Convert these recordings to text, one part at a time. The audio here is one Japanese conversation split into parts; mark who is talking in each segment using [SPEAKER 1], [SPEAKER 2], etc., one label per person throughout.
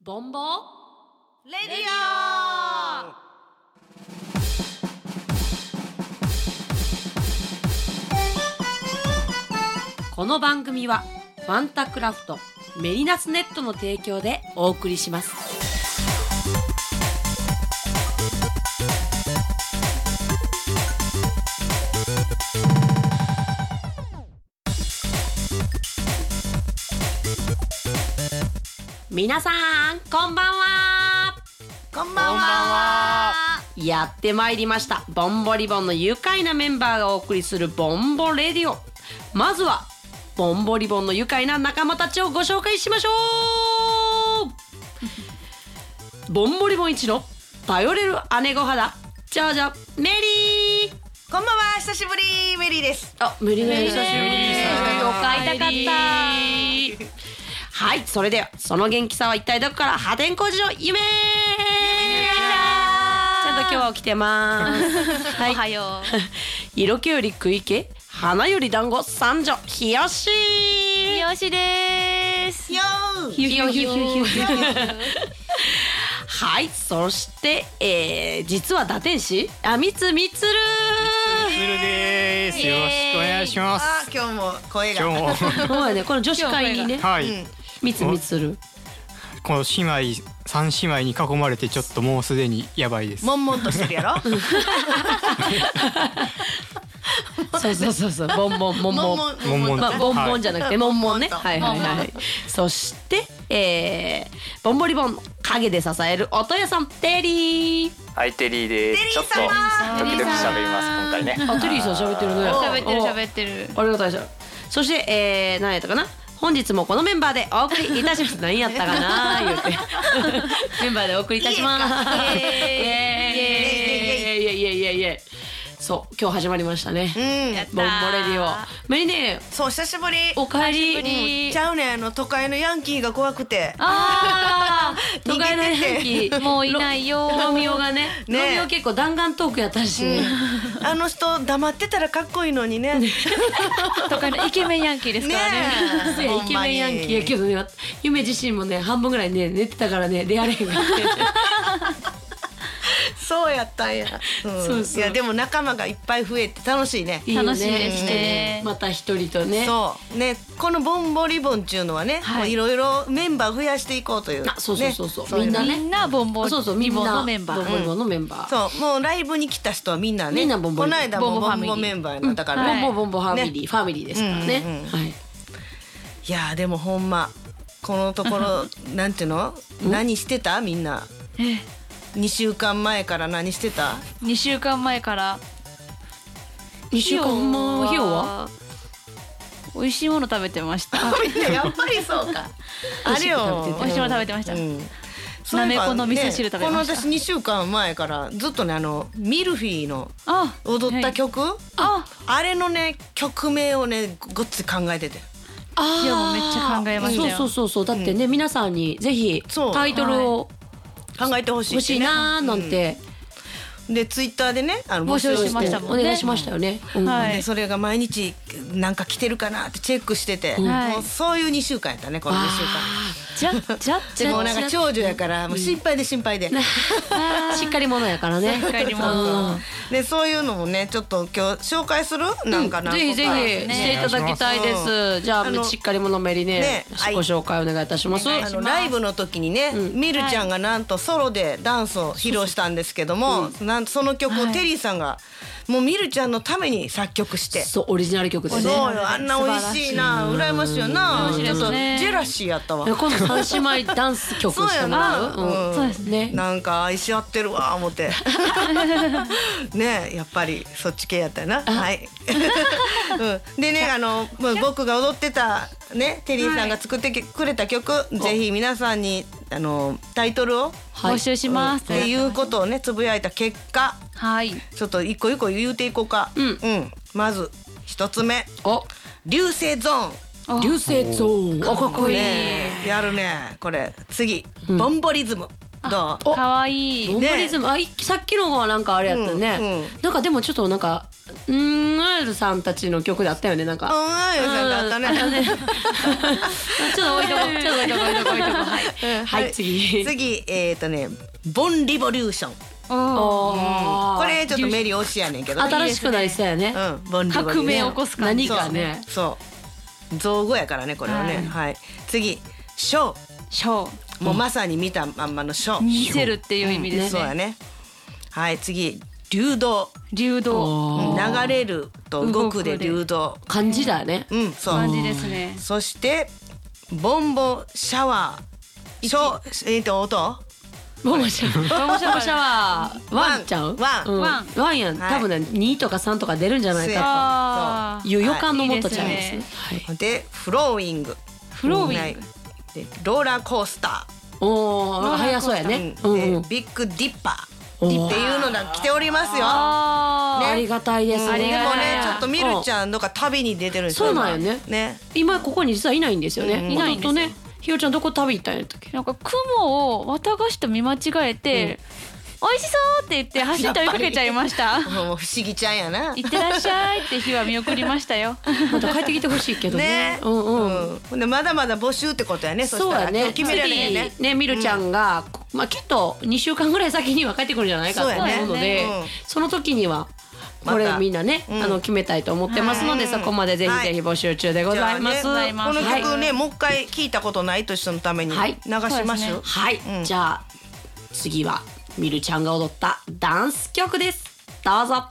[SPEAKER 1] ボンボレディオこの番組はファンタクラフトメリナスネットの提供でお送りします皆さんこんばんは
[SPEAKER 2] こんば
[SPEAKER 3] こんばんは。
[SPEAKER 1] やってまいりましたボンボリボンの愉快なメンバーがお送りするボンボレディオまずはボンボリボンの愉快な仲間たちをご紹介しましょうボンボリボン一の頼れる姉御肌ジャージャーメリー
[SPEAKER 2] こんばんは久しぶりメリーです
[SPEAKER 1] あメリーメリー
[SPEAKER 3] 久しぶりです
[SPEAKER 1] お会いたかったはいそれではその元気さは一体どこから破天荒事情夢ちゃんと今日は起きてます。はい
[SPEAKER 3] おはよう。
[SPEAKER 1] 色気より食い気花より団子三女ひよし
[SPEAKER 3] 三好です。
[SPEAKER 2] よー
[SPEAKER 1] ひよひよひよひよ
[SPEAKER 3] は
[SPEAKER 1] はいそして、えー、実は堕天使あみつみつる
[SPEAKER 3] い
[SPEAKER 1] ー
[SPEAKER 3] つるですよろしくお願いしま
[SPEAKER 2] あ
[SPEAKER 3] す
[SPEAKER 2] 今日も声が
[SPEAKER 3] 今日も
[SPEAKER 1] そうだねこの女子会にね
[SPEAKER 2] う
[SPEAKER 3] はい、
[SPEAKER 2] ん
[SPEAKER 1] みつみつる
[SPEAKER 3] この姉妹三姉妹に囲まれてちょっともうすでにやばいです
[SPEAKER 2] 悶々としてるやろ
[SPEAKER 1] そうそうそうそうボンボンボンボン
[SPEAKER 2] 悶々
[SPEAKER 3] 悶々
[SPEAKER 1] まあ、ボンボンじゃなくて、ボンボンね。
[SPEAKER 2] ボンボンと
[SPEAKER 1] はいはいはい。そして、えー、ボンボリボン、影で支える音屋さん、テリー。
[SPEAKER 4] はい、テリーで
[SPEAKER 2] テリー
[SPEAKER 4] す。ちょっと
[SPEAKER 2] 様
[SPEAKER 4] ドキドキ喋ります今回ね。
[SPEAKER 1] あ、テリーさん喋ってるね。
[SPEAKER 2] お
[SPEAKER 3] 喋ってる喋
[SPEAKER 1] て
[SPEAKER 3] ってる
[SPEAKER 1] ありがたいじゃん。そして、えー、何やったかな本日もこのメンバーでお送りいたします。何やったかな言うて。メンバーでお送りいたします。
[SPEAKER 2] イエ
[SPEAKER 1] エーイイエーイイエーイイエーイイエーイそう、今日始まりましたね。
[SPEAKER 2] うん
[SPEAKER 1] ボンボレディオ。メリネ、
[SPEAKER 2] そう久しぶり
[SPEAKER 1] おかえり。
[SPEAKER 2] ちゃうねんあの都会のヤンキーが怖くて
[SPEAKER 1] ああ、都
[SPEAKER 2] 逃げて
[SPEAKER 1] 会
[SPEAKER 2] て
[SPEAKER 1] のヤンキー。
[SPEAKER 3] もういない よ
[SPEAKER 1] ロミオがね、
[SPEAKER 2] ね
[SPEAKER 1] ロミオ結構弾丸トークやったしね。
[SPEAKER 2] あの人黙ってたらかっこいいのにねね
[SPEAKER 3] とかのイケメンヤンキーですからね
[SPEAKER 1] そうやイケメンヤンキーやけどね、夢自身もね、半分ぐらいね、寝てたからね、出られへんかって。
[SPEAKER 2] そうやったんや、うん、
[SPEAKER 1] そうそう
[SPEAKER 2] やでも仲間がいっぱい増えて楽しいね
[SPEAKER 1] よ
[SPEAKER 3] 楽しいですね
[SPEAKER 1] また一人とね。
[SPEAKER 2] そうねこのボンボリボンっていうのはね、
[SPEAKER 3] はい
[SPEAKER 2] もういろいろメンバー増やしていこうという
[SPEAKER 1] あそうそうそうそう
[SPEAKER 2] い
[SPEAKER 1] みんなね
[SPEAKER 3] みんなボンボ
[SPEAKER 1] あそうそう、み
[SPEAKER 3] リ
[SPEAKER 1] ん
[SPEAKER 3] ボン
[SPEAKER 1] な
[SPEAKER 3] のメンバ
[SPEAKER 1] ボン
[SPEAKER 3] ー
[SPEAKER 1] ボリボンのメンバー。
[SPEAKER 2] そうもうライブに来た人はみんなね
[SPEAKER 1] みんなボンボリ
[SPEAKER 2] この間
[SPEAKER 3] ボ
[SPEAKER 2] も
[SPEAKER 3] ンボ
[SPEAKER 2] ボ
[SPEAKER 3] フ
[SPEAKER 2] ン
[SPEAKER 3] ァミリー
[SPEAKER 2] ボメンバーやったから、
[SPEAKER 1] ボ
[SPEAKER 3] は
[SPEAKER 1] ン
[SPEAKER 3] い
[SPEAKER 1] ボンボンボンファミリー、ファミリーですからね。
[SPEAKER 2] うんうんうん
[SPEAKER 1] はい。
[SPEAKER 2] いやーでもほんまこのところなんていうの何してたみんな
[SPEAKER 3] え
[SPEAKER 2] 2週間前から何して た
[SPEAKER 3] 二週間前から
[SPEAKER 1] 二週間も費用は？
[SPEAKER 3] 美味しいもの食べてました
[SPEAKER 2] みんなやっぱりそうか あれよ
[SPEAKER 1] 美
[SPEAKER 3] 美味しいもの食べてました、
[SPEAKER 2] うん
[SPEAKER 3] なめこの味噌汁
[SPEAKER 2] そういえば
[SPEAKER 3] 食べました
[SPEAKER 2] ねこの私2週間前からずっとねあのミルフィーの
[SPEAKER 3] あ
[SPEAKER 2] 踊った曲、
[SPEAKER 3] あ
[SPEAKER 2] あれのね曲名をねごっつい考えてて
[SPEAKER 1] あー
[SPEAKER 3] いやもうめっちゃ考えましたよ
[SPEAKER 1] そうそうそうそう。だってね、皆さんにぜひ
[SPEAKER 2] そう
[SPEAKER 1] タイトルを
[SPEAKER 2] 考えてほしい
[SPEAKER 1] 欲
[SPEAKER 2] って
[SPEAKER 1] し
[SPEAKER 2] ね
[SPEAKER 1] いなーなんて
[SPEAKER 2] でツイッターでねあの
[SPEAKER 3] 募集
[SPEAKER 2] を
[SPEAKER 3] しました
[SPEAKER 1] お
[SPEAKER 3] もんね
[SPEAKER 1] 願いしましたよね。うん
[SPEAKER 3] はい
[SPEAKER 2] でそれが毎日なんか来てるかなってチェックしてて、
[SPEAKER 3] はい
[SPEAKER 2] もうそういう2週間やったねこの2週間
[SPEAKER 3] じゃじゃじ
[SPEAKER 2] でも
[SPEAKER 3] ゃ
[SPEAKER 2] うなんか長女やからもう心配で心配で、
[SPEAKER 1] あー しっかり者やからね。
[SPEAKER 3] しっかり者
[SPEAKER 2] でそういうのもねちょっと今日紹介するなんか
[SPEAKER 1] うん
[SPEAKER 2] な
[SPEAKER 1] ぜひぜ
[SPEAKER 3] す
[SPEAKER 1] ひ
[SPEAKER 3] ね
[SPEAKER 1] していただきたいで
[SPEAKER 2] お
[SPEAKER 1] す。じゃ
[SPEAKER 2] あ
[SPEAKER 1] あ
[SPEAKER 2] の
[SPEAKER 1] しっかり者メリね
[SPEAKER 2] ねはい
[SPEAKER 1] ご紹介お願いいたします。
[SPEAKER 2] あのライブの時にね、ミルちゃんがなんとソロでダンスを披露したんですけども、なんとその曲をテリーさんが、もうミルちゃんのために作曲して。
[SPEAKER 1] そうオリジナル曲で
[SPEAKER 2] そう
[SPEAKER 1] ね。
[SPEAKER 2] よあんな美味しいな羨ましいよな
[SPEAKER 3] うん
[SPEAKER 2] ちょっとジェラシーやったわ
[SPEAKER 1] 今度三姉妹ダンス曲してもらう
[SPEAKER 2] そうやな
[SPEAKER 1] うん
[SPEAKER 3] そうですね
[SPEAKER 1] ね。
[SPEAKER 2] なんか愛し合ってるわ思ってねえやっぱりそっち系やったよなはい うんでねあのもう僕が踊ってたねテリーさんが作ってきくれた曲、ぜひ皆さんにあのタイトルを
[SPEAKER 1] はい
[SPEAKER 3] 募集します、
[SPEAKER 2] っていうことをねつぶやいた結果
[SPEAKER 3] はい
[SPEAKER 2] ちょっと一個一個言うていこうか、
[SPEAKER 1] ん
[SPEAKER 2] まず一つ目
[SPEAKER 1] お
[SPEAKER 2] 流星ゾーン
[SPEAKER 3] あ
[SPEAKER 1] 流星ゾーン。おかっこいい。
[SPEAKER 2] ねやるねこれ次、ボンボリズムどう
[SPEAKER 3] かわいい
[SPEAKER 1] ボンボリズム、あいさっきのはなんかあれやったね、
[SPEAKER 2] うんうん
[SPEAKER 1] なんかでもちょっとなんかうーんアイルさんたちの曲だったよねなん
[SPEAKER 2] あ
[SPEAKER 1] か。
[SPEAKER 2] あよさんだった
[SPEAKER 1] うんあ
[SPEAKER 2] ね。
[SPEAKER 1] ちょっと置いとこうちょっと置いとこう置いとこう置いとこうはい、
[SPEAKER 2] うん
[SPEAKER 1] はい、次
[SPEAKER 2] 次えっ、とねボンリボリューション。
[SPEAKER 1] おー
[SPEAKER 2] これちょっとメリ推しやねんけどね。
[SPEAKER 1] 新しくなりそうやね
[SPEAKER 2] うんボンリボリューション
[SPEAKER 5] 革命起こす感じ
[SPEAKER 1] 何かね
[SPEAKER 2] そうそう造語やからねこれはね。
[SPEAKER 5] はい
[SPEAKER 2] はい。次ショ
[SPEAKER 5] ショー
[SPEAKER 2] ーもうまさに見たまんまのショー。
[SPEAKER 5] 見せるっていう意味で
[SPEAKER 2] そ
[SPEAKER 5] す
[SPEAKER 2] うや
[SPEAKER 5] ね。
[SPEAKER 2] ね。はい次流動
[SPEAKER 5] 流動
[SPEAKER 2] うん
[SPEAKER 1] おー
[SPEAKER 2] 流れると動くで流動。
[SPEAKER 1] 漢字だよね
[SPEAKER 2] うんそう。
[SPEAKER 5] 感じですね。
[SPEAKER 2] そしてボンボシャワーショーえっ、と音。
[SPEAKER 1] ボンボシャワーボンボシャワーワンちゃう
[SPEAKER 2] ワン
[SPEAKER 1] うん
[SPEAKER 5] ワン
[SPEAKER 1] ワンやん
[SPEAKER 2] はい
[SPEAKER 1] 多分ね2とか3とか出るんじゃないか
[SPEAKER 5] あ
[SPEAKER 1] と
[SPEAKER 5] あ
[SPEAKER 1] いう予
[SPEAKER 2] は
[SPEAKER 1] 感のもとちゃいます
[SPEAKER 5] いい
[SPEAKER 1] ね
[SPEAKER 5] で
[SPEAKER 1] はい
[SPEAKER 2] でフローイング。
[SPEAKER 5] フローウ
[SPEAKER 2] はい
[SPEAKER 5] ィング。
[SPEAKER 2] でローラーコースタ
[SPEAKER 1] おお早そうや
[SPEAKER 2] ー。
[SPEAKER 1] ね
[SPEAKER 2] う
[SPEAKER 1] うんん
[SPEAKER 2] で
[SPEAKER 1] うん
[SPEAKER 2] ビッグディッパ
[SPEAKER 1] お
[SPEAKER 2] ー
[SPEAKER 1] ー
[SPEAKER 2] っていうのが来ておりますよ。
[SPEAKER 5] あ
[SPEAKER 1] あ
[SPEAKER 5] あ、
[SPEAKER 1] りがたいです
[SPEAKER 2] うんでも
[SPEAKER 1] ね
[SPEAKER 5] がたい
[SPEAKER 2] ねちょっとみるちゃんのが旅に出てるんですよ。
[SPEAKER 1] そうなんよね
[SPEAKER 2] ね。
[SPEAKER 1] 今ここに実はいないんですよ
[SPEAKER 2] うん
[SPEAKER 1] ね
[SPEAKER 2] い
[SPEAKER 5] ないんで
[SPEAKER 1] 弟
[SPEAKER 5] すよ
[SPEAKER 1] ねひよちゃんどこ旅行ったんやったっけ
[SPEAKER 5] なんか雲を綿菓子と見間違えて、美味しそうって言って走って追いかけちゃいまし
[SPEAKER 2] も
[SPEAKER 5] た。
[SPEAKER 2] う不思議ちゃんやな。
[SPEAKER 5] 行ってらっしゃいって日は見送りましたよ。
[SPEAKER 1] また帰ってきてほしいけどね
[SPEAKER 2] ね。
[SPEAKER 1] うんうん
[SPEAKER 2] うん。ほんでまだまだ募集ってことやね。
[SPEAKER 1] そう
[SPEAKER 2] したら
[SPEAKER 1] やね。
[SPEAKER 2] 決められへんね。
[SPEAKER 1] 次ね、みるちゃんが、まあきっと二週間ぐらい先には帰ってくるんじゃないかと
[SPEAKER 2] そうやね
[SPEAKER 1] 思うので、
[SPEAKER 2] うん
[SPEAKER 1] その時には。
[SPEAKER 2] ま
[SPEAKER 1] こ
[SPEAKER 2] た
[SPEAKER 1] れみんなね、
[SPEAKER 2] うん
[SPEAKER 1] あの決めたいと思ってますので、
[SPEAKER 2] はい
[SPEAKER 1] そこまでぜひぜひ募集中でございます。
[SPEAKER 2] じゃあねこの
[SPEAKER 1] はい
[SPEAKER 2] 曲ね、もう一回聞いたことないと人のために流
[SPEAKER 1] はい
[SPEAKER 2] しましょう。
[SPEAKER 1] はい、
[SPEAKER 2] うん
[SPEAKER 1] じゃあ次はみるちゃんが踊ったダンス曲ですどうぞ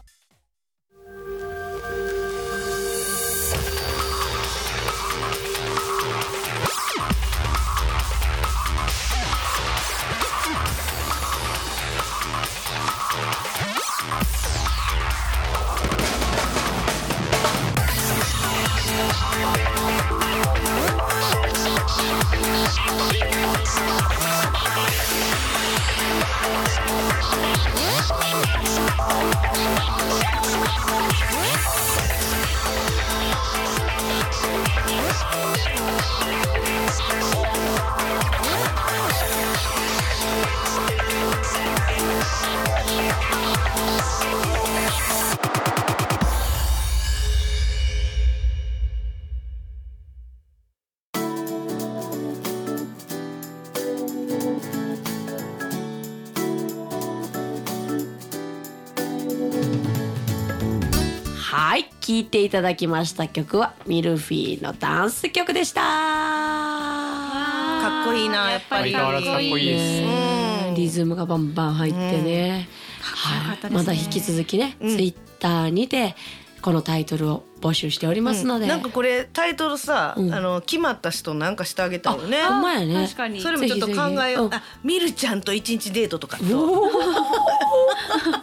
[SPEAKER 1] はい聴いていただきました曲はミルフィーのダンス曲でした
[SPEAKER 2] かっこいいなやっぱり。
[SPEAKER 3] 相変わらずかっこいいです。
[SPEAKER 1] ねリズムがバンバン入ってね、
[SPEAKER 5] か
[SPEAKER 1] は
[SPEAKER 5] っこ
[SPEAKER 1] い、
[SPEAKER 5] よか
[SPEAKER 1] ま
[SPEAKER 5] ったで
[SPEAKER 1] だ引
[SPEAKER 5] すね
[SPEAKER 1] き続きね、
[SPEAKER 2] うん
[SPEAKER 1] ツイッターにてこのタイトルを募集しておりますので、
[SPEAKER 2] なんかこれタイトルさ、
[SPEAKER 1] うん
[SPEAKER 2] あの決まった人なんかしてあげたよね。
[SPEAKER 1] あほんまやね
[SPEAKER 5] 確かに
[SPEAKER 2] そ。れもちょっと考えよ
[SPEAKER 1] ぜひぜひう
[SPEAKER 2] う。
[SPEAKER 1] ん
[SPEAKER 2] あ、みるちゃんと一日デートとかと。
[SPEAKER 1] おー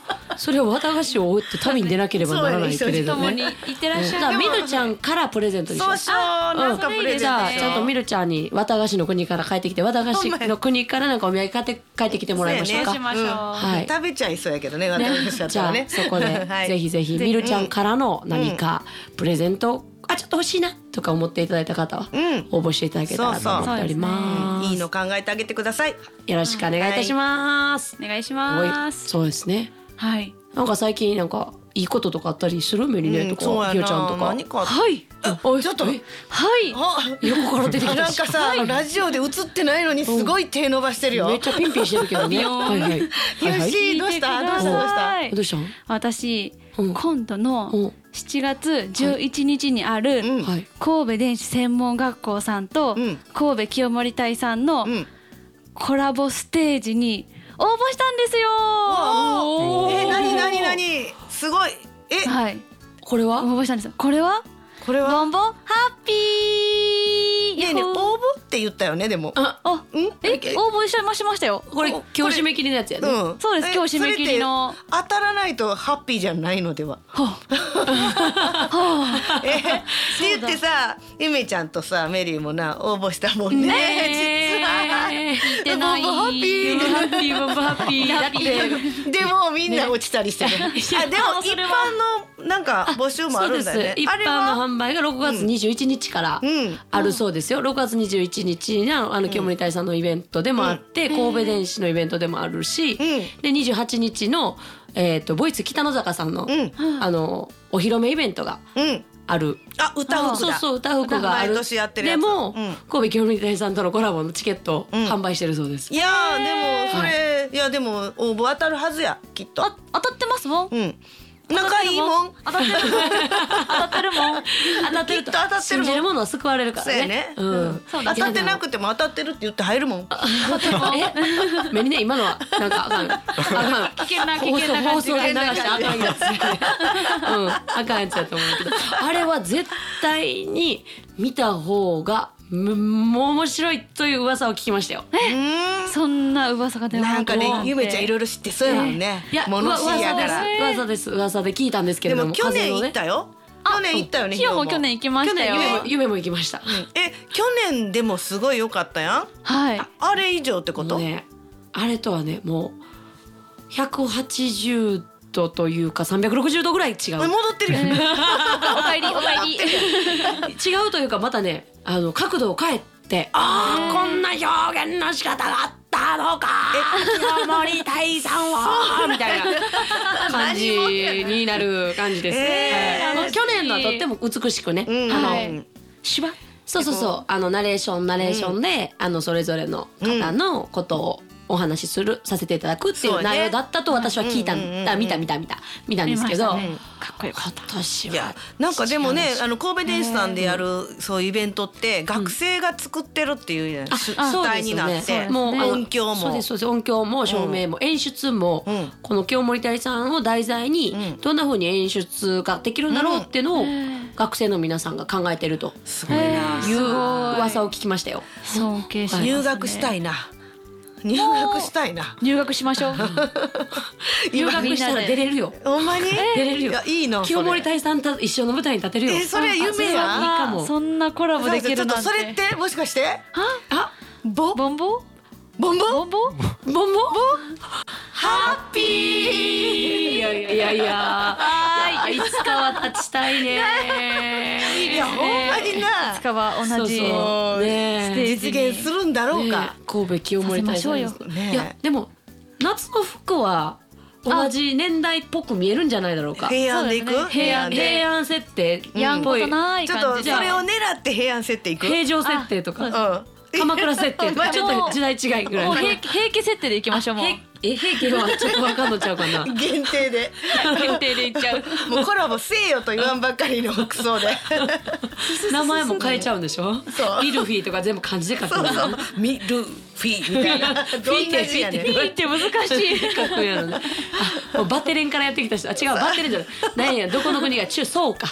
[SPEAKER 1] それを綿菓子を追って旅に出なければならないけれど
[SPEAKER 5] 共
[SPEAKER 1] ね
[SPEAKER 5] に行ってらっし
[SPEAKER 1] じ
[SPEAKER 5] ゃ
[SPEAKER 1] ゃ
[SPEAKER 5] い。
[SPEAKER 1] あみるちゃんからプレゼントにし
[SPEAKER 2] そ
[SPEAKER 1] よ
[SPEAKER 2] う
[SPEAKER 1] う
[SPEAKER 2] しよう。なんかプレゼントし
[SPEAKER 1] じゃあち
[SPEAKER 2] よう
[SPEAKER 1] ゃんとみるちゃんに綿菓子の国から帰ってきて綿菓子の国からなんかお土産買って帰ってきてもらいましょう
[SPEAKER 5] そう
[SPEAKER 1] か
[SPEAKER 5] しましょう。
[SPEAKER 2] うん
[SPEAKER 1] はい
[SPEAKER 2] 食べちゃいそうやけどね、
[SPEAKER 1] ね
[SPEAKER 2] 私だっ
[SPEAKER 1] じ
[SPEAKER 2] た
[SPEAKER 1] ゃ
[SPEAKER 2] ら
[SPEAKER 1] あ
[SPEAKER 2] ね。
[SPEAKER 1] そこで
[SPEAKER 2] はい
[SPEAKER 1] ぜひぜひみるちゃんからの何かプレゼントあちょっと欲しいなとか思っていただいた方は
[SPEAKER 2] うん
[SPEAKER 1] 応募していただけたらと思っておりま
[SPEAKER 2] いい
[SPEAKER 1] す
[SPEAKER 2] の考えてあげてください。
[SPEAKER 1] よろしくお願いいたします
[SPEAKER 5] お願いし
[SPEAKER 1] は
[SPEAKER 5] ま
[SPEAKER 1] い
[SPEAKER 5] す。
[SPEAKER 1] そうですね
[SPEAKER 5] はい。
[SPEAKER 1] なんか最近なんかいいこととかあったりするメリネと
[SPEAKER 2] うんそう
[SPEAKER 1] かひ
[SPEAKER 2] やな
[SPEAKER 1] よちゃんとか
[SPEAKER 2] 何かあった
[SPEAKER 1] はいあちょっと
[SPEAKER 5] はい。
[SPEAKER 2] あ、
[SPEAKER 1] 横から出てき
[SPEAKER 2] な
[SPEAKER 1] た
[SPEAKER 2] ん
[SPEAKER 1] し
[SPEAKER 2] かさ、ラジオで映ってないのにすごい手伸ばしてるよ。
[SPEAKER 1] めっちゃピンピンしてるけ どねはいはいは
[SPEAKER 2] よ
[SPEAKER 1] いはい
[SPEAKER 2] しどうしたどうしたど
[SPEAKER 1] ど
[SPEAKER 2] うした
[SPEAKER 1] うしたん
[SPEAKER 5] 私、
[SPEAKER 1] うん
[SPEAKER 5] 今度
[SPEAKER 1] うん
[SPEAKER 5] の7月11日にある、
[SPEAKER 2] うん
[SPEAKER 1] はい
[SPEAKER 5] 神戸電子専門学校さんと、
[SPEAKER 2] うん
[SPEAKER 5] 神戸清盛隊さんの
[SPEAKER 2] うん。
[SPEAKER 5] コラボステージに応募したんですよ、
[SPEAKER 2] お
[SPEAKER 1] おー
[SPEAKER 2] え、なになになに、すごい。え、
[SPEAKER 5] はい
[SPEAKER 1] これは
[SPEAKER 5] 応募したんですよこれは
[SPEAKER 2] これは。
[SPEAKER 5] ボンボハッピー
[SPEAKER 2] ねえねえ
[SPEAKER 5] ヤッ
[SPEAKER 2] 応
[SPEAKER 5] ホー
[SPEAKER 2] 募って言ったよね、でも。
[SPEAKER 5] あ
[SPEAKER 2] うん
[SPEAKER 5] え応募しましましたよ
[SPEAKER 1] これ
[SPEAKER 2] お
[SPEAKER 1] 今日締め切りのやつやね
[SPEAKER 2] うん、
[SPEAKER 5] そうです
[SPEAKER 2] え
[SPEAKER 5] 今日締め切りの
[SPEAKER 2] それって当たらないとハッピーじゃないのでは。えって言ってさゆめちゃんとさメリーもな応募したもんね。実は
[SPEAKER 5] 聞いてない
[SPEAKER 2] ボンボハッピ
[SPEAKER 1] ブ
[SPEAKER 2] ー
[SPEAKER 1] ブハッピーブブハッピー
[SPEAKER 5] ハッピ ー
[SPEAKER 2] でもみんな落ちたりしてね。あでも一般のなんか募集もあ
[SPEAKER 1] そう
[SPEAKER 2] る
[SPEAKER 1] で
[SPEAKER 2] んだ
[SPEAKER 1] す
[SPEAKER 2] よね。
[SPEAKER 1] 一
[SPEAKER 2] あれ
[SPEAKER 1] 般の
[SPEAKER 2] は
[SPEAKER 1] 販売が6月21日から
[SPEAKER 2] うん
[SPEAKER 1] あるそうですよ6月21日にあのあの清盛隊さんのイベントでもあって神戸電子のイベントでもあるし
[SPEAKER 2] ん
[SPEAKER 1] で28日のえっ、とボイス北野坂さんの、
[SPEAKER 2] うん
[SPEAKER 1] あのお披露目イベントが
[SPEAKER 2] うん
[SPEAKER 1] ある。
[SPEAKER 2] あ歌う
[SPEAKER 1] そうそう歌服があ
[SPEAKER 2] 毎
[SPEAKER 1] る。
[SPEAKER 2] 年やってるや
[SPEAKER 1] で
[SPEAKER 2] つ
[SPEAKER 1] も、
[SPEAKER 2] うん
[SPEAKER 1] 神戸清美大さんとのコラボのチケットを
[SPEAKER 2] うん
[SPEAKER 1] 販売してるそうです。
[SPEAKER 2] いやーでもそれいやでも応募当たるはずやきっと
[SPEAKER 5] あ当たってますもん
[SPEAKER 2] うん仲いいもん
[SPEAKER 5] 当たってるもん当たってるもん
[SPEAKER 1] 当たってると
[SPEAKER 2] きっと当たってる
[SPEAKER 1] 信
[SPEAKER 2] もん
[SPEAKER 1] じるものは救われるから
[SPEAKER 2] そうや
[SPEAKER 1] ね。
[SPEAKER 2] ね、
[SPEAKER 1] う
[SPEAKER 2] うん
[SPEAKER 1] ん。
[SPEAKER 2] 当たってなくても当たってるって言って入るもん
[SPEAKER 1] え目にね今のはなんかあかんあかん
[SPEAKER 5] 危険な危
[SPEAKER 1] 放送
[SPEAKER 5] 険な
[SPEAKER 1] 放
[SPEAKER 5] 感じ
[SPEAKER 1] 送で流したらあかんやつうんあかんやつやと思うけどあれは絶対に見た方がむ面白いという噂を聞きましたよ
[SPEAKER 2] う
[SPEAKER 5] そんな噂が出
[SPEAKER 2] ん
[SPEAKER 5] 回
[SPEAKER 2] なんかね
[SPEAKER 5] って
[SPEAKER 2] ゆめちゃんいろいろ知ってそうやもんね
[SPEAKER 1] いや
[SPEAKER 2] 物知りやか
[SPEAKER 1] 噂
[SPEAKER 2] ら
[SPEAKER 1] です噂です噂で聞いたんですけ
[SPEAKER 2] で
[SPEAKER 1] れど
[SPEAKER 2] も
[SPEAKER 1] も
[SPEAKER 2] 去
[SPEAKER 1] 風
[SPEAKER 2] 年
[SPEAKER 1] の
[SPEAKER 2] 行
[SPEAKER 1] ね
[SPEAKER 2] ったよ去年行ったよね
[SPEAKER 5] キヨも去年行きましたよ
[SPEAKER 1] 去年夢も夢も行きました
[SPEAKER 2] え去年でもすごい良かったやん
[SPEAKER 5] はい
[SPEAKER 2] あれ以上ってこ
[SPEAKER 1] も
[SPEAKER 2] と
[SPEAKER 1] うねあれとはねもう180度というか360度ぐらい違う
[SPEAKER 2] え戻ってるよね
[SPEAKER 5] おかえりおかえり
[SPEAKER 1] 違うというかまたねあの角度を変えてああこんな表現の仕方があったのか清盛大さんはみたいな感じになる感じです、
[SPEAKER 2] えー
[SPEAKER 1] はいあの去年のはとっても美しくね、
[SPEAKER 2] うん
[SPEAKER 1] あの、
[SPEAKER 5] はい
[SPEAKER 1] 芝そうそうそうあのナレーションナレーションで、あのそれぞれの方のことをお話しするさせていただくってい
[SPEAKER 2] そう
[SPEAKER 1] う
[SPEAKER 2] ね
[SPEAKER 1] 内容だったと私は聞いた、
[SPEAKER 2] うんうんうんうん
[SPEAKER 1] あ見た見た見た見たんですけど、
[SPEAKER 5] 見ましたねかっこよかっ
[SPEAKER 1] 今年はい
[SPEAKER 2] やなんかでも
[SPEAKER 1] 違う
[SPEAKER 2] ね
[SPEAKER 1] し
[SPEAKER 2] あの神戸電子さんでやるそういうイベントって学生が作ってるっていうね主主
[SPEAKER 1] あそうで
[SPEAKER 2] 体
[SPEAKER 1] す
[SPEAKER 2] に
[SPEAKER 1] よ
[SPEAKER 2] な
[SPEAKER 1] ね
[SPEAKER 2] って
[SPEAKER 1] もうあの
[SPEAKER 2] 音響
[SPEAKER 1] そう
[SPEAKER 2] も
[SPEAKER 1] ですそうです音響も照明も演出も、
[SPEAKER 2] うん
[SPEAKER 1] この清盛隊さんを題材に
[SPEAKER 2] うん
[SPEAKER 1] どんな風に演出ができるんだろうっていうのを学生の皆さんが考えてると
[SPEAKER 2] すごいな
[SPEAKER 1] いう
[SPEAKER 5] すごい
[SPEAKER 1] 噂を聞きましたよ。
[SPEAKER 5] 尊敬しますね
[SPEAKER 2] 入学したいな入学したいな
[SPEAKER 5] 入学しましょう
[SPEAKER 1] 入
[SPEAKER 5] 今
[SPEAKER 1] 学したら出れるよ。
[SPEAKER 2] ほんまに
[SPEAKER 1] 出れるよ
[SPEAKER 2] いやいいの
[SPEAKER 1] 清盛
[SPEAKER 2] それ
[SPEAKER 1] 隊さんと一緒の舞台に立てるよ。
[SPEAKER 2] えそれ夢
[SPEAKER 1] あそれはいいかも。
[SPEAKER 5] そんなコラボできるなんて
[SPEAKER 2] ちょっとそれってもしかして
[SPEAKER 1] あ
[SPEAKER 2] ボ
[SPEAKER 5] ボンボ
[SPEAKER 2] ボンボ
[SPEAKER 5] ボンボ
[SPEAKER 1] ボンボハッピー。いやいやいやいや。いやいつかは立ちたいね。いいですね
[SPEAKER 2] いやほんまにない
[SPEAKER 5] つかは同じ
[SPEAKER 1] そうそうねえ
[SPEAKER 5] ステージ
[SPEAKER 2] 実現するんだろうか
[SPEAKER 1] ねえ神戸清盛大祭です
[SPEAKER 5] させ
[SPEAKER 2] ましょうよ
[SPEAKER 1] いやでも夏の服は同じ年代っぽく見えるんじゃないだろうか
[SPEAKER 2] 平安でい
[SPEAKER 5] そう
[SPEAKER 2] く
[SPEAKER 5] ですね
[SPEAKER 1] 平安平安設定
[SPEAKER 5] やん
[SPEAKER 1] ぽ
[SPEAKER 5] こと
[SPEAKER 1] い
[SPEAKER 5] ない
[SPEAKER 2] ちょっ
[SPEAKER 5] 感
[SPEAKER 2] と
[SPEAKER 5] じ
[SPEAKER 2] そ
[SPEAKER 5] じゃ
[SPEAKER 2] れを狙って平安設定いく
[SPEAKER 1] 平常設定と
[SPEAKER 5] あ
[SPEAKER 1] か
[SPEAKER 2] うん
[SPEAKER 1] 鎌倉設 定とかちょっと時代違いぐ
[SPEAKER 5] もう
[SPEAKER 1] ら
[SPEAKER 5] 平
[SPEAKER 1] い
[SPEAKER 5] 気平気設定でいきましょうもう
[SPEAKER 1] へえ平家はちょっとわかんのちゃうかな
[SPEAKER 2] 限定で
[SPEAKER 5] 限定でいっちゃう
[SPEAKER 2] もうコラボせえよと言わんばかりの服装で
[SPEAKER 1] 名前も変えちゃうんでしょ
[SPEAKER 2] そう
[SPEAKER 1] ミルフィーとか全部漢字で書く
[SPEAKER 2] そ
[SPEAKER 1] の
[SPEAKER 2] うそうミルフィーみたいな
[SPEAKER 1] フィ
[SPEAKER 2] どん
[SPEAKER 1] ー
[SPEAKER 2] な
[SPEAKER 1] テ
[SPEAKER 2] 字やねん
[SPEAKER 1] フィーテフィーテ難 しい格好やのね。あもうバテレンからやってきた人、あ違うバテレンじゃない。何やどこの国が中そうか。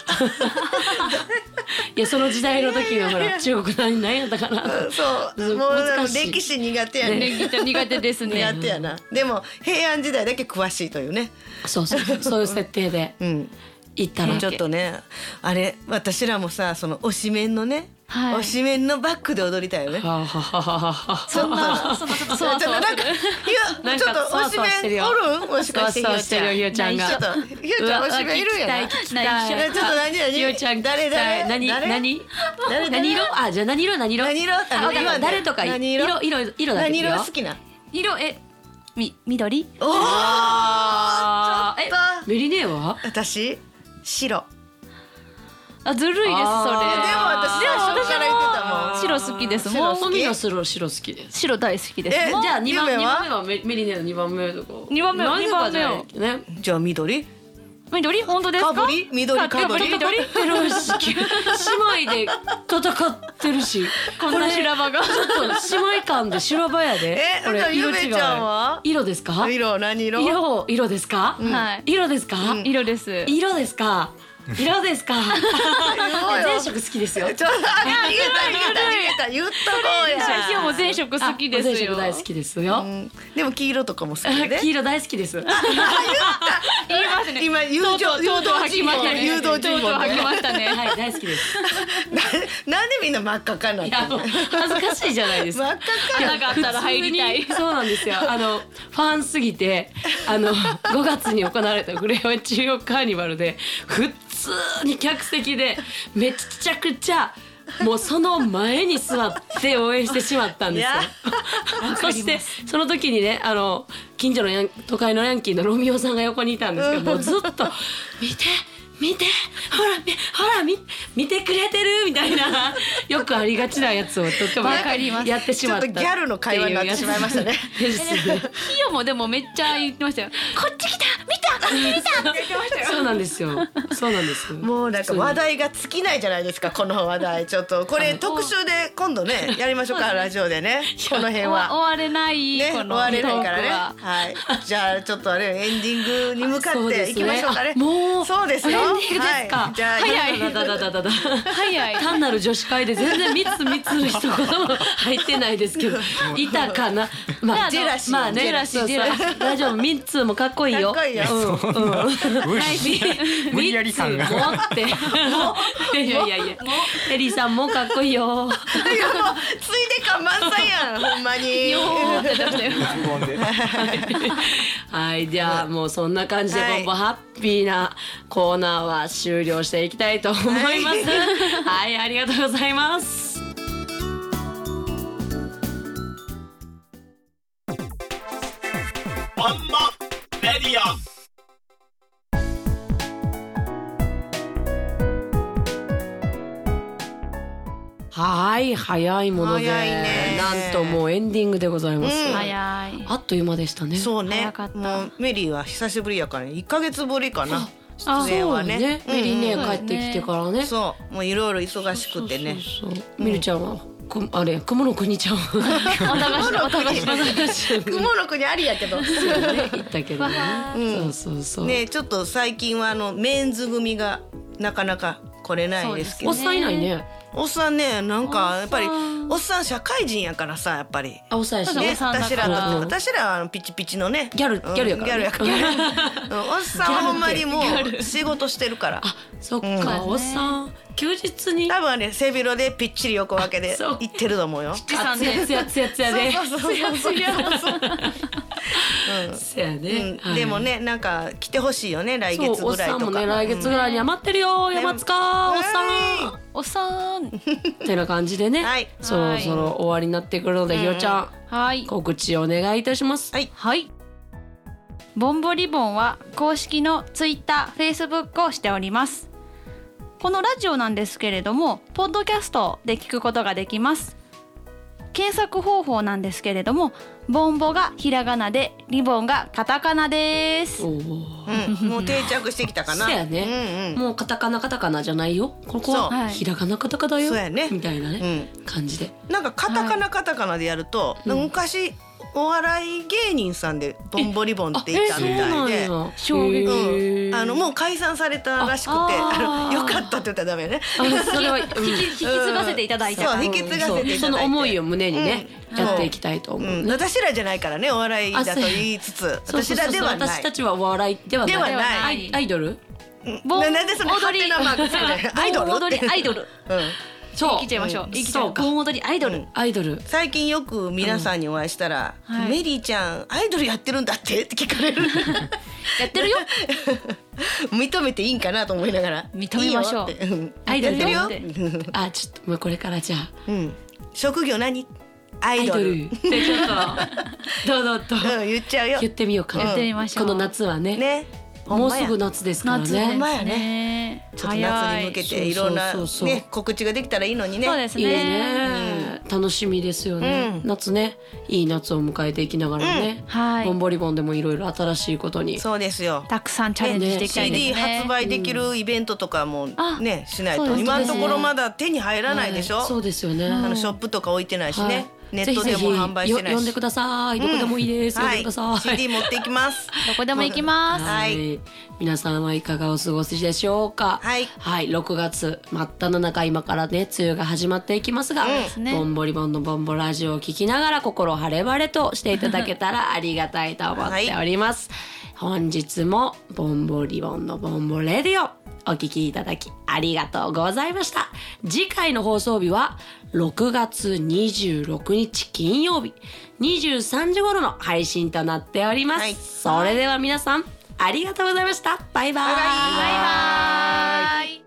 [SPEAKER 1] いやその時代の時のほら中国何何やったかな。
[SPEAKER 2] そうもうあの
[SPEAKER 1] 難しい
[SPEAKER 2] 歴史苦手やね
[SPEAKER 5] ね苦手ですね
[SPEAKER 2] 苦手やなでも平安時代だけ詳しいというね
[SPEAKER 1] そうそうそうそういう設定で
[SPEAKER 2] うん
[SPEAKER 1] 行ったら
[SPEAKER 2] ちょっとねあれ私らもさその推しメンのね、
[SPEAKER 5] はい
[SPEAKER 2] 推しメンのバックで踊りたいよね
[SPEAKER 1] はあはあはあはあ
[SPEAKER 2] そんな
[SPEAKER 5] そんなちょっとそわそわ
[SPEAKER 2] なんかい
[SPEAKER 1] な
[SPEAKER 2] や
[SPEAKER 1] ん
[SPEAKER 2] ちょ
[SPEAKER 1] か
[SPEAKER 2] っと
[SPEAKER 1] そわそわ
[SPEAKER 2] 推
[SPEAKER 1] し
[SPEAKER 2] し
[SPEAKER 1] る
[SPEAKER 2] てメン
[SPEAKER 1] よ
[SPEAKER 2] おるもしかして
[SPEAKER 1] そうそうしてるよひよちゃんが
[SPEAKER 2] ちょっとひよちゃん
[SPEAKER 1] うわ
[SPEAKER 2] 推しメンいるんやな
[SPEAKER 5] 聞きたい聞きた
[SPEAKER 2] い
[SPEAKER 5] い
[SPEAKER 2] やちょっと何何
[SPEAKER 1] ゆうちゃん聞きたい
[SPEAKER 2] 誰誰
[SPEAKER 1] 何
[SPEAKER 2] 誰
[SPEAKER 1] 何
[SPEAKER 2] 誰
[SPEAKER 1] 何色あじゃあ何色何色
[SPEAKER 2] 何色あ
[SPEAKER 1] あわかった
[SPEAKER 2] 今ね
[SPEAKER 1] 誰とか
[SPEAKER 2] 何
[SPEAKER 1] 色
[SPEAKER 2] 色
[SPEAKER 1] 色色色だけ
[SPEAKER 2] 何
[SPEAKER 1] でいいよ
[SPEAKER 2] 色好きな
[SPEAKER 5] 色えみ緑
[SPEAKER 2] おー
[SPEAKER 1] あえメリネは
[SPEAKER 2] 私白
[SPEAKER 5] あずるいですそれ
[SPEAKER 1] あ
[SPEAKER 2] ーでも私最初から言ってたもん
[SPEAKER 5] でも私白好きですも
[SPEAKER 2] 白
[SPEAKER 5] う
[SPEAKER 2] 好き
[SPEAKER 1] 海の白白好きです
[SPEAKER 5] 白大好きです
[SPEAKER 2] え
[SPEAKER 5] もう
[SPEAKER 1] じゃあ二番
[SPEAKER 2] 夢
[SPEAKER 1] 二
[SPEAKER 2] は
[SPEAKER 1] 番目はメメリネの二番目とか。
[SPEAKER 5] 二番目
[SPEAKER 1] なぜか
[SPEAKER 5] 二番目を
[SPEAKER 1] じゃないね。
[SPEAKER 2] じゃあ緑
[SPEAKER 5] 緑本当ですか
[SPEAKER 2] かぶり緑かぶり
[SPEAKER 5] かぶり緑
[SPEAKER 1] ペロシキ姉妹で戦ってるし、
[SPEAKER 5] こんな修羅場が
[SPEAKER 1] これちょっと姉妹間で修羅場やで。
[SPEAKER 2] え
[SPEAKER 1] これ
[SPEAKER 2] じゃあゆめちゃんは
[SPEAKER 1] 色違い色ですか？
[SPEAKER 2] 色何色
[SPEAKER 1] 色色ですか？
[SPEAKER 5] はい
[SPEAKER 1] 色ですか？
[SPEAKER 5] 色です
[SPEAKER 1] 色ですか？色ですか？
[SPEAKER 2] ごい
[SPEAKER 1] 全色好きですよ。
[SPEAKER 2] ちょっとあ言えた言えた言えた言っとこう
[SPEAKER 5] 今日
[SPEAKER 2] や
[SPEAKER 5] も全色好きですよ
[SPEAKER 1] あ全色大好きですよ。
[SPEAKER 2] うんでも黄色とかも好きだね
[SPEAKER 1] 黄色大好き です。
[SPEAKER 5] 言いますね
[SPEAKER 2] 今友情誘導尋問誘導尋問
[SPEAKER 5] 吐き
[SPEAKER 2] ね
[SPEAKER 5] ましたね
[SPEAKER 1] はい大好きです。
[SPEAKER 2] ななんでみんな真っ赤かないっ
[SPEAKER 1] や
[SPEAKER 2] た
[SPEAKER 1] もう
[SPEAKER 2] の
[SPEAKER 1] 恥ずかしいじゃないですか
[SPEAKER 2] 真。っ赤か
[SPEAKER 5] 花があったら入りたい
[SPEAKER 1] 普通にそうなんですよあのファンすぎてあの5月に行われた「グレヨン中央カーニバル」で普通に客席でめちゃくちゃもうその前に座って応援してしまったんですよ
[SPEAKER 2] いや。
[SPEAKER 1] そしてその時にねあの近所のヤン都会のヤンキーのロミオさんが横にいたんですけどもうずっと「見て見てほらみほらみ見てくれてる」みたいなよくありがちなやつをとっても
[SPEAKER 5] わかります
[SPEAKER 1] やってしまった
[SPEAKER 2] ちょっとギャルの会話になってしまいましたね
[SPEAKER 1] っていうやつ ですね
[SPEAKER 5] ひよもでもめっちゃ言ってましたよこっち来た見たこっち見たって言ってましたよ
[SPEAKER 1] そうなんですよそうなんですよ
[SPEAKER 2] もうなんか話題が尽きないじゃないですかこの話題ちょっとこれ特集で今度ねやりましょうかラジオでねこの辺
[SPEAKER 5] 終わ終
[SPEAKER 2] は。
[SPEAKER 5] われない、
[SPEAKER 2] ね、
[SPEAKER 5] こ
[SPEAKER 2] 終
[SPEAKER 5] の
[SPEAKER 2] われないからね。
[SPEAKER 5] トークは
[SPEAKER 2] はい、じゃあ、ちょっとあれ、エンディングに向か
[SPEAKER 1] あそ
[SPEAKER 2] っ
[SPEAKER 1] うです
[SPEAKER 2] て
[SPEAKER 1] ね
[SPEAKER 2] いきましょうかね。
[SPEAKER 1] あもう
[SPEAKER 2] そうですよ。
[SPEAKER 5] エンディングですか
[SPEAKER 2] はい、じゃあ、
[SPEAKER 5] 早い
[SPEAKER 1] だだだだだだ
[SPEAKER 5] 早い
[SPEAKER 1] 単なる女子会で全然密密の一言も入ってないです けどいたかなまあ
[SPEAKER 5] ジェラシー
[SPEAKER 1] まあね
[SPEAKER 5] ジェラシー
[SPEAKER 1] そうそう
[SPEAKER 5] ジェラシ
[SPEAKER 1] 大丈夫ミッツーもかっこいいよ
[SPEAKER 2] かっこいいよ
[SPEAKER 1] うんうん
[SPEAKER 3] 無理無理やり感が
[SPEAKER 1] ミッツーも っていやいやいやエリーさんもかっこいいよ
[SPEAKER 2] いやもうついで感満載 やん、ほんまに。
[SPEAKER 5] よーってなったよ
[SPEAKER 4] 無言で。
[SPEAKER 1] はいじゃあもうそんな感じで
[SPEAKER 2] はい
[SPEAKER 1] ボンボハッピーなコーナーは終了していきたいと思いますはい、ありがとうございますはい早いもので
[SPEAKER 2] 早いね
[SPEAKER 1] なんともうエンディングでございます、
[SPEAKER 2] うん
[SPEAKER 5] 早い
[SPEAKER 1] あっという間でしたね
[SPEAKER 2] そうね
[SPEAKER 5] 早かっ。た
[SPEAKER 2] もうメリーは久しぶりやからね、一ヶ月ぶりかな。
[SPEAKER 5] あ
[SPEAKER 2] 出演はね。
[SPEAKER 1] メリーね、
[SPEAKER 5] うんうん
[SPEAKER 1] 帰ってきてからね
[SPEAKER 2] そう、もういろいろ忙しくてね。
[SPEAKER 1] そうそうそうみるちゃんはこあれ雲の国ちゃん は
[SPEAKER 5] お互いお互い
[SPEAKER 2] 雲の国ありやけど。
[SPEAKER 1] ね行ったけどねそうそうそう、
[SPEAKER 2] ね、ちょっと最近はあのメンズ組がなかなか来れないですけ
[SPEAKER 1] お
[SPEAKER 2] ど
[SPEAKER 1] っ。さんいないね
[SPEAKER 2] おっさんね、なんかやっぱり
[SPEAKER 5] おっさん、
[SPEAKER 2] おっさん社会人やからさ、やっぱり。
[SPEAKER 1] あおさえし
[SPEAKER 5] そう
[SPEAKER 2] ね、
[SPEAKER 5] おっさんだ
[SPEAKER 2] 私ら
[SPEAKER 5] から
[SPEAKER 2] の
[SPEAKER 1] うん
[SPEAKER 2] 私らはあのピチピチのね
[SPEAKER 1] ギャル
[SPEAKER 2] うん
[SPEAKER 1] ギャルやからね
[SPEAKER 2] ギャルや からうんおっさんはほんまにも
[SPEAKER 1] ギャルって
[SPEAKER 2] う仕事してるから
[SPEAKER 1] そっか、
[SPEAKER 2] うん
[SPEAKER 1] おっさん休日に
[SPEAKER 2] 多分ね背広でぴっちり横分けで
[SPEAKER 1] そう
[SPEAKER 2] 行ってると思うよ
[SPEAKER 1] あつやつやつやつやで
[SPEAKER 2] そうそうそうそう
[SPEAKER 1] つや
[SPEAKER 2] う
[SPEAKER 1] ね
[SPEAKER 2] ん、でもねなんか来てほしいよね来
[SPEAKER 1] そう
[SPEAKER 2] 月
[SPEAKER 1] おっ
[SPEAKER 2] ぐらい
[SPEAKER 1] さ
[SPEAKER 2] と
[SPEAKER 1] んも
[SPEAKER 2] か
[SPEAKER 1] ね来月ぐらいに余ってるよ山塚おっさん
[SPEAKER 5] おっさん
[SPEAKER 1] ってな感じでね、
[SPEAKER 2] はい
[SPEAKER 1] そろそろ終わりになってくるので、ひよちゃん
[SPEAKER 5] はい
[SPEAKER 1] 告知お願いいたします
[SPEAKER 2] はい
[SPEAKER 5] はい。ボンボリボンは公式のツイッター、フェイスブックをしております。このラジオなんですけれども、ポッドキャストで聞くことができます。検索方法なんですけれども、ボンボがひらがなで、リボンがカタカナです。
[SPEAKER 1] おー
[SPEAKER 2] うん、もう定着してきたか な
[SPEAKER 1] そうやね、もうカタカナカタカナじゃないよここ
[SPEAKER 2] そう
[SPEAKER 1] は
[SPEAKER 5] はい
[SPEAKER 1] ひらがなカタカナよ
[SPEAKER 2] そうやね
[SPEAKER 1] みたいな
[SPEAKER 2] うんう
[SPEAKER 1] ね、
[SPEAKER 2] ん
[SPEAKER 1] 感じで
[SPEAKER 2] なんかカタカナカタカナでやると、昔お笑い芸人さんでボンボリボンっていたみたいで、
[SPEAKER 1] や
[SPEAKER 5] 衝撃
[SPEAKER 2] うん、あのも
[SPEAKER 1] う
[SPEAKER 2] う解散されたらしくて
[SPEAKER 5] あ
[SPEAKER 2] あ
[SPEAKER 5] あー
[SPEAKER 2] のよかったって言ったらダメね
[SPEAKER 1] あのそれは、うん
[SPEAKER 5] 引き継がせていただい た
[SPEAKER 2] そう引き継がせていただいて
[SPEAKER 1] その思いを胸にね、
[SPEAKER 2] うん
[SPEAKER 1] やっていきたいと思う、
[SPEAKER 2] うん、私らじゃないからねお笑いだと言いつつ
[SPEAKER 1] そうそ
[SPEAKER 2] 私
[SPEAKER 1] うそう
[SPEAKER 2] ら
[SPEAKER 1] そう
[SPEAKER 2] ではな
[SPEAKER 1] 私
[SPEAKER 2] い
[SPEAKER 1] たちはお笑いではない
[SPEAKER 2] ではない
[SPEAKER 1] アイアイドル
[SPEAKER 5] ボン
[SPEAKER 2] ななんでその
[SPEAKER 5] 踊
[SPEAKER 2] 勝手
[SPEAKER 5] り、
[SPEAKER 2] なマー クつけてアイドル
[SPEAKER 5] 盆踊り、アイドル。
[SPEAKER 2] うん、
[SPEAKER 1] そう
[SPEAKER 5] 生きちゃいましょう。生きちゃ。
[SPEAKER 1] そううか
[SPEAKER 5] 盆踊り、アイドル。
[SPEAKER 2] うん
[SPEAKER 1] アイドル
[SPEAKER 2] 最近よく皆さんにお会いしたら「
[SPEAKER 5] うんはい
[SPEAKER 2] メリーちゃんアイドルやってるんだって?」って聞かれる
[SPEAKER 5] やってるよ。
[SPEAKER 2] 認めていいんかなと思いながら
[SPEAKER 5] 認めましょう
[SPEAKER 2] いいよってん
[SPEAKER 1] アイドルよ
[SPEAKER 2] や
[SPEAKER 5] っ
[SPEAKER 2] って
[SPEAKER 5] て
[SPEAKER 2] るよ、
[SPEAKER 1] あちょっともうこれからじゃあ
[SPEAKER 2] うん、職業何ア
[SPEAKER 1] ア
[SPEAKER 2] イ
[SPEAKER 1] イ
[SPEAKER 2] ド
[SPEAKER 1] ド
[SPEAKER 2] ル
[SPEAKER 1] ルでちょっ と堂々と
[SPEAKER 2] うん、言っちゃうよ
[SPEAKER 1] 言ってみようかな、
[SPEAKER 5] やってみましょう
[SPEAKER 1] この夏はね
[SPEAKER 2] ねほん
[SPEAKER 1] もう
[SPEAKER 2] まや
[SPEAKER 1] すぐ夏ですから
[SPEAKER 5] 夏
[SPEAKER 1] ね
[SPEAKER 5] で
[SPEAKER 2] ほ
[SPEAKER 5] す
[SPEAKER 2] んまや
[SPEAKER 5] ね。
[SPEAKER 2] ちょっと夏に向け
[SPEAKER 1] 早
[SPEAKER 2] て
[SPEAKER 1] い
[SPEAKER 2] いろんな
[SPEAKER 1] そうそうそう
[SPEAKER 2] ね告知ができたらいいのにね
[SPEAKER 5] そうです
[SPEAKER 1] いい
[SPEAKER 5] ね。
[SPEAKER 1] ね、楽しみですよね、
[SPEAKER 2] うん
[SPEAKER 1] 夏ねいい夏を迎えていきながらね、
[SPEAKER 5] はい
[SPEAKER 1] ボンボリボンでもいろいろ新しいことに
[SPEAKER 2] そうですよ
[SPEAKER 5] たくさんチャレンジしていきたいですね。
[SPEAKER 2] CD 発売できるイベントとかも
[SPEAKER 5] あ
[SPEAKER 2] ね、しない
[SPEAKER 5] そう
[SPEAKER 2] と
[SPEAKER 5] ですね
[SPEAKER 2] 今のところまだ手に入らないでしょ、
[SPEAKER 1] はいそうですよね、
[SPEAKER 2] あのショップとか置いてないし
[SPEAKER 1] はい
[SPEAKER 2] ね、ネットでも販売してない
[SPEAKER 1] よ呼
[SPEAKER 2] し
[SPEAKER 1] んでくださいどこでもいいです、呼んでください、
[SPEAKER 2] はい、CD 持ってい きます
[SPEAKER 5] どこでも行きます。
[SPEAKER 1] は
[SPEAKER 2] はい
[SPEAKER 1] い、皆さんはいかがお過ごしでしょうか。
[SPEAKER 2] はい
[SPEAKER 1] 6月真っ只中今からね梅雨が始まっていきますが、
[SPEAKER 5] すね
[SPEAKER 1] ボンボリボンのボンボラジオを聞きながら心晴れ晴れとしていただけたらありがたいと思っております。本日もボンボリボンのボンボレディオお聞きいただきありがとうございました。次回の放送日は6月26日金曜日23時頃の配信となっております。
[SPEAKER 2] はい
[SPEAKER 1] それでは皆さんありがとうございました。バイバイ。
[SPEAKER 2] バイバイ
[SPEAKER 5] バイバイ。